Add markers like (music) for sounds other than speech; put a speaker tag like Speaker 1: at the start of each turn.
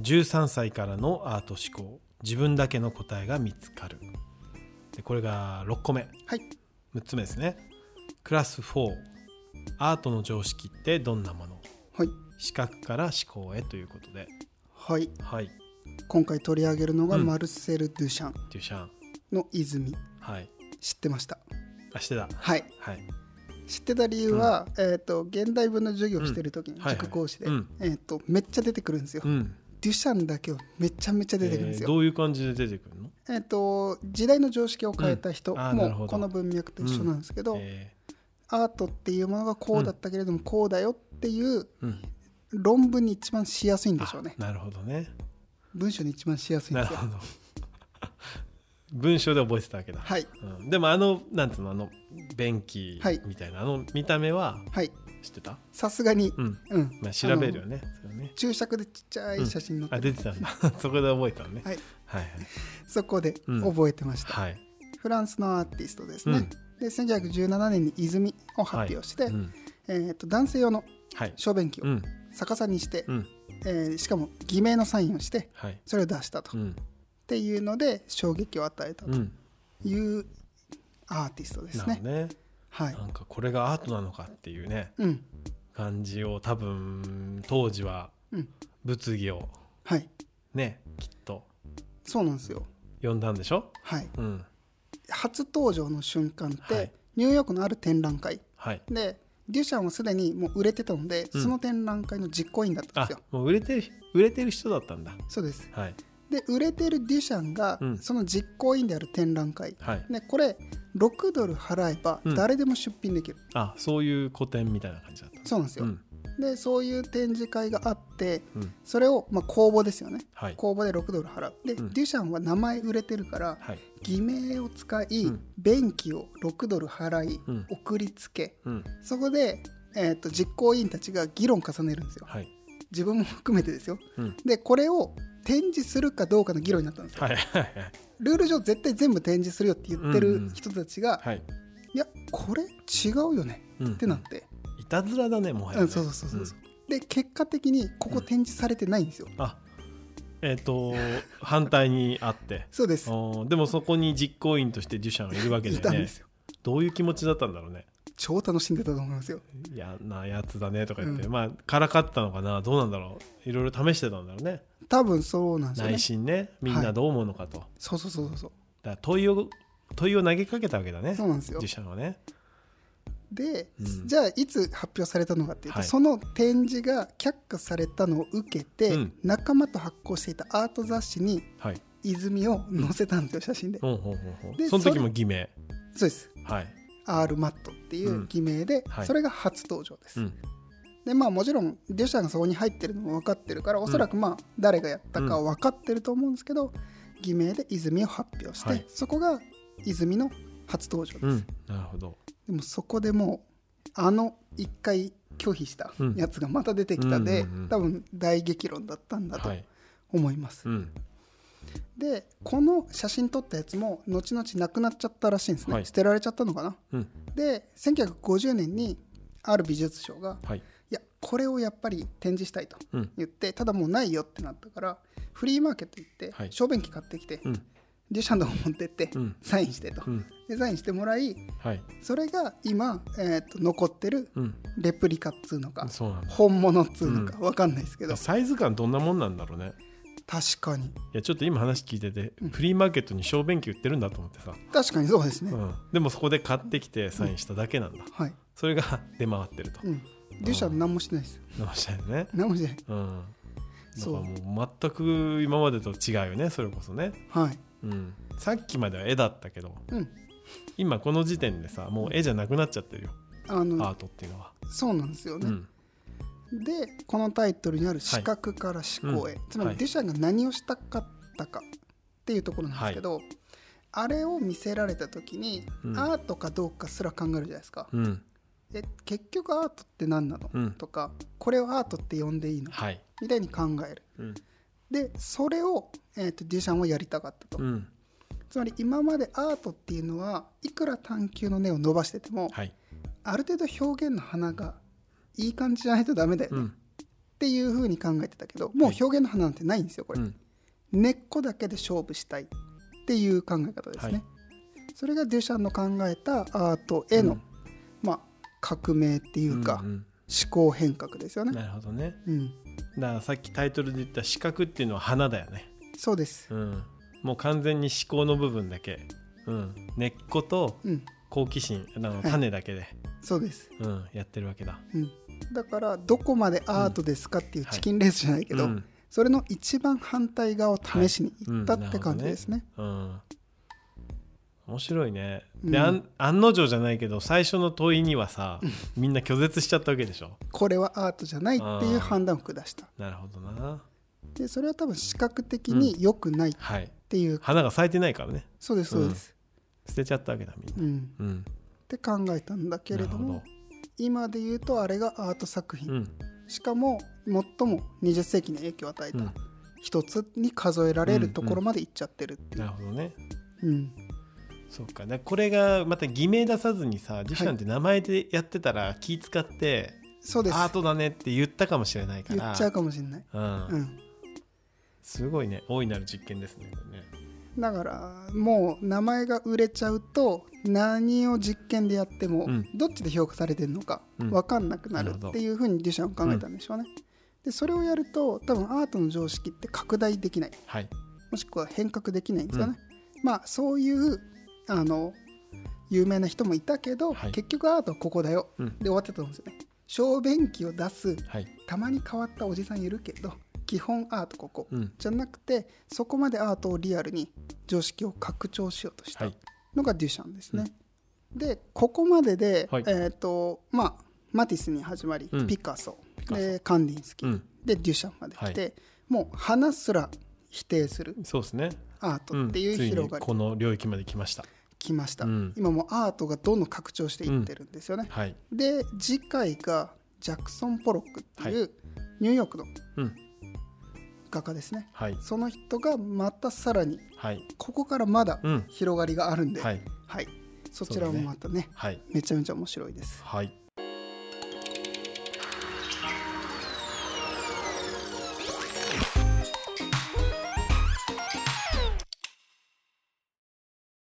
Speaker 1: 13歳からのアート思考自分だけの答えが見つかるでこれが6個目
Speaker 2: はい
Speaker 1: 6つ目ですねクラス4アートの常識ってどんなもの
Speaker 2: はい
Speaker 1: 視覚から思考へということで
Speaker 2: はい
Speaker 1: はい
Speaker 2: 今回取り上げるのが
Speaker 1: うん
Speaker 2: マルセル・ドゥシャン
Speaker 1: デュシャン
Speaker 2: の「泉
Speaker 1: はい」
Speaker 2: 知ってました
Speaker 1: あしてた
Speaker 2: はい
Speaker 1: はい
Speaker 2: 知ってた理由は、えー、と現代文の授業をしてる時
Speaker 1: う
Speaker 2: に
Speaker 1: んはいはい
Speaker 2: 塾講師で、
Speaker 1: うん
Speaker 2: えー、とめっちゃ出てくるんですよ、
Speaker 1: うん
Speaker 2: デュシャンだけをめちゃめちゃ出てくるんです
Speaker 1: えー
Speaker 2: よ、
Speaker 1: どういう感じで出てくるの
Speaker 2: えっと時代の常識を変えた人
Speaker 1: うんあーなるほ
Speaker 2: も
Speaker 1: ど
Speaker 2: この文脈と一緒なんですけど、
Speaker 1: え
Speaker 2: アートっていうものがこうだったけれどもこうだよっていう
Speaker 1: ーうん
Speaker 2: 論文に一番しやすいんでしょうね
Speaker 1: あなるほどね
Speaker 2: 文章に一番しやすいん
Speaker 1: な
Speaker 2: で
Speaker 1: る
Speaker 2: すよ
Speaker 1: ほど文章で覚えてたわけだ、
Speaker 2: はい
Speaker 1: うん、でもあのなんつうのあの便器
Speaker 2: はい
Speaker 1: みたいな、あの見た目は
Speaker 2: はい
Speaker 1: 知ってた
Speaker 2: さすがに、
Speaker 1: うん、
Speaker 2: うん
Speaker 1: まあ、調べるよねそれね
Speaker 2: あの注釈でちっちゃい写真載って
Speaker 1: あ出
Speaker 2: る、
Speaker 1: てた
Speaker 2: (laughs)
Speaker 1: んだそこで覚えたのね
Speaker 2: はい
Speaker 1: はい
Speaker 2: そこで覚えてました、
Speaker 1: はい
Speaker 2: フランスのアーティストですね、で1917年に「泉」を発表して、
Speaker 1: はいうん
Speaker 2: えー、と男性用の
Speaker 1: はい
Speaker 2: 小便器
Speaker 1: う
Speaker 2: を
Speaker 1: ん
Speaker 2: 逆さにして、
Speaker 1: うん
Speaker 2: えーしかも偽名のサインをして
Speaker 1: はい
Speaker 2: それを出したと、
Speaker 1: う
Speaker 2: っ
Speaker 1: ん
Speaker 2: ていうので衝撃を与えた
Speaker 1: う
Speaker 2: と
Speaker 1: ん
Speaker 2: いうアーティストです
Speaker 1: な
Speaker 2: ね
Speaker 1: るほ。どね
Speaker 2: はい
Speaker 1: なんかこれがアートなのかっていうね
Speaker 2: うん
Speaker 1: 感じを多分当時は
Speaker 2: うん
Speaker 1: 物議を
Speaker 2: はい、
Speaker 1: ねきっと
Speaker 2: そうなんですよ、
Speaker 1: 呼んだんでしょ
Speaker 2: はい、
Speaker 1: うん
Speaker 2: 初登場の瞬間って、
Speaker 1: はい
Speaker 2: ニューヨークのある展覧会
Speaker 1: はい
Speaker 2: でデュシャンはすでにもう売れてたので、
Speaker 1: うん
Speaker 2: その展覧会の実行委員だったん
Speaker 1: あ
Speaker 2: ですよ
Speaker 1: もう売れてる売れてる人だったんだ
Speaker 2: そうです
Speaker 1: はい
Speaker 2: で売れてるデュシャンが、
Speaker 1: うん
Speaker 2: その実行委員である展覧会
Speaker 1: はい
Speaker 2: でこれ6ドル払えば
Speaker 1: うん
Speaker 2: 誰でも出品できる、
Speaker 1: あそういう古典みたいな感じだった
Speaker 2: そうなんですよ、
Speaker 1: うん
Speaker 2: でそういう展示会があって
Speaker 1: うん
Speaker 2: それを、まあ、公募ですよね、
Speaker 1: はい
Speaker 2: 公募で6ドル払うで、
Speaker 1: うん
Speaker 2: デュシャンは名前売れてるから、
Speaker 1: はい
Speaker 2: 偽名を使い、
Speaker 1: うん
Speaker 2: 便器を6ドル払い、
Speaker 1: うん
Speaker 2: 送りつけ
Speaker 1: うん
Speaker 2: そこで、えー、と実行委員たちが議論重ねるんですよ
Speaker 1: はい
Speaker 2: 自分も含めてですよ
Speaker 1: うん
Speaker 2: でこれを展示するかどうかの議論になったんですよ
Speaker 1: はいはいはい
Speaker 2: ルール上絶対全部展示するよって言って
Speaker 1: うんう
Speaker 2: る
Speaker 1: ん
Speaker 2: 人たちが、
Speaker 1: はい
Speaker 2: いやこれ違うよね
Speaker 1: うん
Speaker 2: ってなって、
Speaker 1: いたずらだねもはや
Speaker 2: う
Speaker 1: ね
Speaker 2: んそうそうそうそう、
Speaker 1: ん
Speaker 2: で結果的にここ展示されてないんですよ、
Speaker 1: あえっ、と反対にあ
Speaker 2: (laughs)
Speaker 1: って
Speaker 2: そうです
Speaker 1: おーでもそこに実行委員としてデュシャンがいるわけ
Speaker 2: い
Speaker 1: で
Speaker 2: たん
Speaker 1: ね
Speaker 2: ですよ
Speaker 1: どういう気持ちだったんだろうね
Speaker 2: 超楽しんでたと思いますよ
Speaker 1: 嫌なやつだねとか言って、
Speaker 2: う
Speaker 1: まあからかったのかなどうなんだろういろいろ試してたんだろうね
Speaker 2: 多分そうなんですよね
Speaker 1: 内心ねみん
Speaker 2: は
Speaker 1: ないどう思うのかと、だか
Speaker 2: そうそうそうそうそう
Speaker 1: ら問いを問いを投げかけたわけだね
Speaker 2: そうなんですよ
Speaker 1: デュシャンはね
Speaker 2: で、
Speaker 1: うん
Speaker 2: じゃあいつ発表されたのかっていうと、
Speaker 1: はい
Speaker 2: その展示が却下されたのを受けて、
Speaker 1: うん
Speaker 2: 仲間と発行していたアート雑誌に
Speaker 1: はい
Speaker 2: 泉を載せたんですよ写真で、
Speaker 1: ほうほうほうほう
Speaker 2: で
Speaker 1: その時
Speaker 2: そ
Speaker 1: も
Speaker 2: れ
Speaker 1: 偽名
Speaker 2: そうです
Speaker 1: はい、
Speaker 2: R マットってい
Speaker 1: うん
Speaker 2: う偽名で、
Speaker 1: はい
Speaker 2: それが初登場です、
Speaker 1: うん、
Speaker 2: でまあもちろんデュシャンがそこに入ってるのも分かってるからおそらくまあ誰がやったかは分かってると思うんですけど、偽名で泉を発表して、
Speaker 1: はい
Speaker 2: そこが泉の初登場で
Speaker 1: う
Speaker 2: す、
Speaker 1: ん、なるほど
Speaker 2: でもそこでもうあの一回拒否した
Speaker 1: うん
Speaker 2: やつがまた出てきたで、
Speaker 1: うんうんうん
Speaker 2: 多分大激論だったんだと
Speaker 1: はい
Speaker 2: 思います、
Speaker 1: うん
Speaker 2: でこの写真撮ったやつも後々なくなっちゃったらしいんですね、
Speaker 1: はい
Speaker 2: 捨てられちゃったのかな
Speaker 1: うん
Speaker 2: で1950年にある美術商が
Speaker 1: はい
Speaker 2: いやこれをやっぱり展示したいと
Speaker 1: うん
Speaker 2: 言ってただもうないよってなったからフリーマーケット行って
Speaker 1: はい
Speaker 2: 小便器買ってきて、
Speaker 1: うん
Speaker 2: デュシャンの方持ってって
Speaker 1: うん
Speaker 2: サインしてと、
Speaker 1: うん
Speaker 2: でサインしてもらい
Speaker 1: はい
Speaker 2: それが今、えー、と残ってる
Speaker 1: うん
Speaker 2: レプリカっつうのか
Speaker 1: そうなんだ
Speaker 2: 本物っつうのか分かんないですけど、
Speaker 1: サイズ感どんなもんなんだろうね
Speaker 2: 確かに
Speaker 1: いやちょっと今話聞いてて、
Speaker 2: うん
Speaker 1: フリーマーケットに小便器売ってるんだと思ってさ、
Speaker 2: 確かにそうですね、
Speaker 1: うん、でもそこで買ってきてサインしただけなんだ、
Speaker 2: はい、
Speaker 1: それが (laughs) 出回ってると
Speaker 2: うん、デュシャン何もしてないです
Speaker 1: 直したよね
Speaker 2: 何もしてない
Speaker 1: うんだか
Speaker 2: そ
Speaker 1: ら
Speaker 2: う
Speaker 1: もう全く今までと違うよねそれこそね、
Speaker 2: はい
Speaker 1: うん、さっきまでは絵だったけど
Speaker 2: うん
Speaker 1: 今この時点でさもう絵じゃなくなっちゃってるよ、
Speaker 2: あの
Speaker 1: アートっていうのは、
Speaker 2: そうなんですよ
Speaker 1: う
Speaker 2: ね、
Speaker 1: ん、
Speaker 2: でこのタイトルにある「視覚から思考へ」
Speaker 1: うん
Speaker 2: つま
Speaker 1: は
Speaker 2: り
Speaker 1: い
Speaker 2: デュシャンが何をしたかったかっていうところなんですけど、あれを見せられた時に、
Speaker 1: うん
Speaker 2: アートかどうかすら考えるじゃないですか、
Speaker 1: うん
Speaker 2: で結局アートって何なの、
Speaker 1: うん
Speaker 2: とかこれをアートって呼んでいいの
Speaker 1: はい
Speaker 2: みたいに考える
Speaker 1: うん
Speaker 2: でそれを、えー、とデュシャンはやりたかったと、
Speaker 1: うん
Speaker 2: つまり今までアートっていうのはいくら探求の根を伸ばしてても、
Speaker 1: はい
Speaker 2: ある程度表現の花がいい感じじゃないとダメだよ
Speaker 1: う
Speaker 2: ね、
Speaker 1: ん
Speaker 2: っていうふうに考えてたけどもう表現の花なんてないんですよこれ、
Speaker 1: うん
Speaker 2: 根っこだけで勝負したいっていう考え方ですね、
Speaker 1: はい
Speaker 2: それがデュシャンの考えたアートへの、
Speaker 1: うん
Speaker 2: まあ、革命っていうか、
Speaker 1: んん
Speaker 2: 思考変革ですよね、
Speaker 1: なるほどね
Speaker 2: うん、
Speaker 1: だからさっきタイトルで言った視覚っていうのは花だよね
Speaker 2: そうです、
Speaker 1: うん、もう完全に思考の部分だけ、うん、根っこと
Speaker 2: うん、
Speaker 1: 好奇心あの
Speaker 2: はい
Speaker 1: 種だけで、
Speaker 2: そうです、
Speaker 1: うん、やってるわけだ
Speaker 2: うん、だからどこまでアートですかっていう
Speaker 1: はい
Speaker 2: チキンレースじゃないけど、
Speaker 1: うん
Speaker 2: それの一番反対側を試しに行ったって感じですね。
Speaker 1: うん、面白いね
Speaker 2: うん
Speaker 1: で、あん、案の定じゃないけど最初の問いにはさみんな拒絶しちゃったわけでしょ
Speaker 2: これはアートじゃないっていう判断を下した
Speaker 1: なるほどな
Speaker 2: でそれは多分視覚的に良くないっ
Speaker 1: はい
Speaker 2: ていう、
Speaker 1: 花が咲いてないからね
Speaker 2: そうですそうです、
Speaker 1: 捨てちゃったわけだみんな
Speaker 2: うん
Speaker 1: うん
Speaker 2: って考えたんだけれど
Speaker 1: な
Speaker 2: も
Speaker 1: る
Speaker 2: 今で言うとあれがアート作
Speaker 1: ほ
Speaker 2: 品、
Speaker 1: どうん
Speaker 2: しかも最も20世紀に影響を与え
Speaker 1: う
Speaker 2: た
Speaker 1: ん
Speaker 2: 一つに数えられるところまで行っちゃってるってい
Speaker 1: な
Speaker 2: う、
Speaker 1: るほどね
Speaker 2: うん
Speaker 1: そうかねこれがまた偽名出さずにさ自社って名前でやってたら気使って、
Speaker 2: そうです
Speaker 1: アートだねって言ったかもしれないか
Speaker 2: 言
Speaker 1: ら
Speaker 2: っちゃうかもしれない、
Speaker 1: うん
Speaker 2: うん、
Speaker 1: すごいね大いなる実験ですねこれね
Speaker 2: だからもう名前が売れちゃうと何を実験でやっても
Speaker 1: うん
Speaker 2: どっちで評価されてるのか
Speaker 1: うん
Speaker 2: 分かんなく
Speaker 1: な
Speaker 2: なる
Speaker 1: るほど
Speaker 2: っていうふうにデュシャンは考えたんでしょうね。でそれをやると多分アートの常識って拡大できない
Speaker 1: はい
Speaker 2: もしくは変革できないんですよね。まあそういうあの有名な人もいたけど、
Speaker 1: はい
Speaker 2: 結局アートはここだよ
Speaker 1: うん
Speaker 2: で終わってたと思うんですよね。小便器を出す
Speaker 1: はい
Speaker 2: たまに変わったおじさんいるけど基本アートここ、
Speaker 1: うん
Speaker 2: じゃなくてそこまでアートをリアルに常識を拡張しようとし
Speaker 1: は
Speaker 2: た
Speaker 1: い
Speaker 2: のがデュシャンですね。でここまでで、
Speaker 1: はい
Speaker 2: えーとまあ、マティスに始まり、
Speaker 1: うん
Speaker 2: ピカソ
Speaker 1: ピカソ
Speaker 2: でカンディンスキ、
Speaker 1: うん
Speaker 2: でデュシャンまで来て、
Speaker 1: は
Speaker 2: もう花すら否定する
Speaker 1: そうですね
Speaker 2: アートっていう
Speaker 1: つい
Speaker 2: 広
Speaker 1: に
Speaker 2: がり
Speaker 1: この領域まで来ました
Speaker 2: 来ました、
Speaker 1: うん
Speaker 2: 今もうアートがどんどん拡張していってるんですよね。
Speaker 1: はい
Speaker 2: で次回がジャクソン・ポロックっていうニューヨークの
Speaker 1: うん
Speaker 2: 画家ですね、
Speaker 1: はい
Speaker 2: その人がまたさらに
Speaker 1: はい
Speaker 2: ここからまだ
Speaker 1: うん
Speaker 2: 広がりがあるんで、
Speaker 1: はい
Speaker 2: はいそちらもまたね
Speaker 1: はい
Speaker 2: めちゃめちゃ面白いです
Speaker 1: はい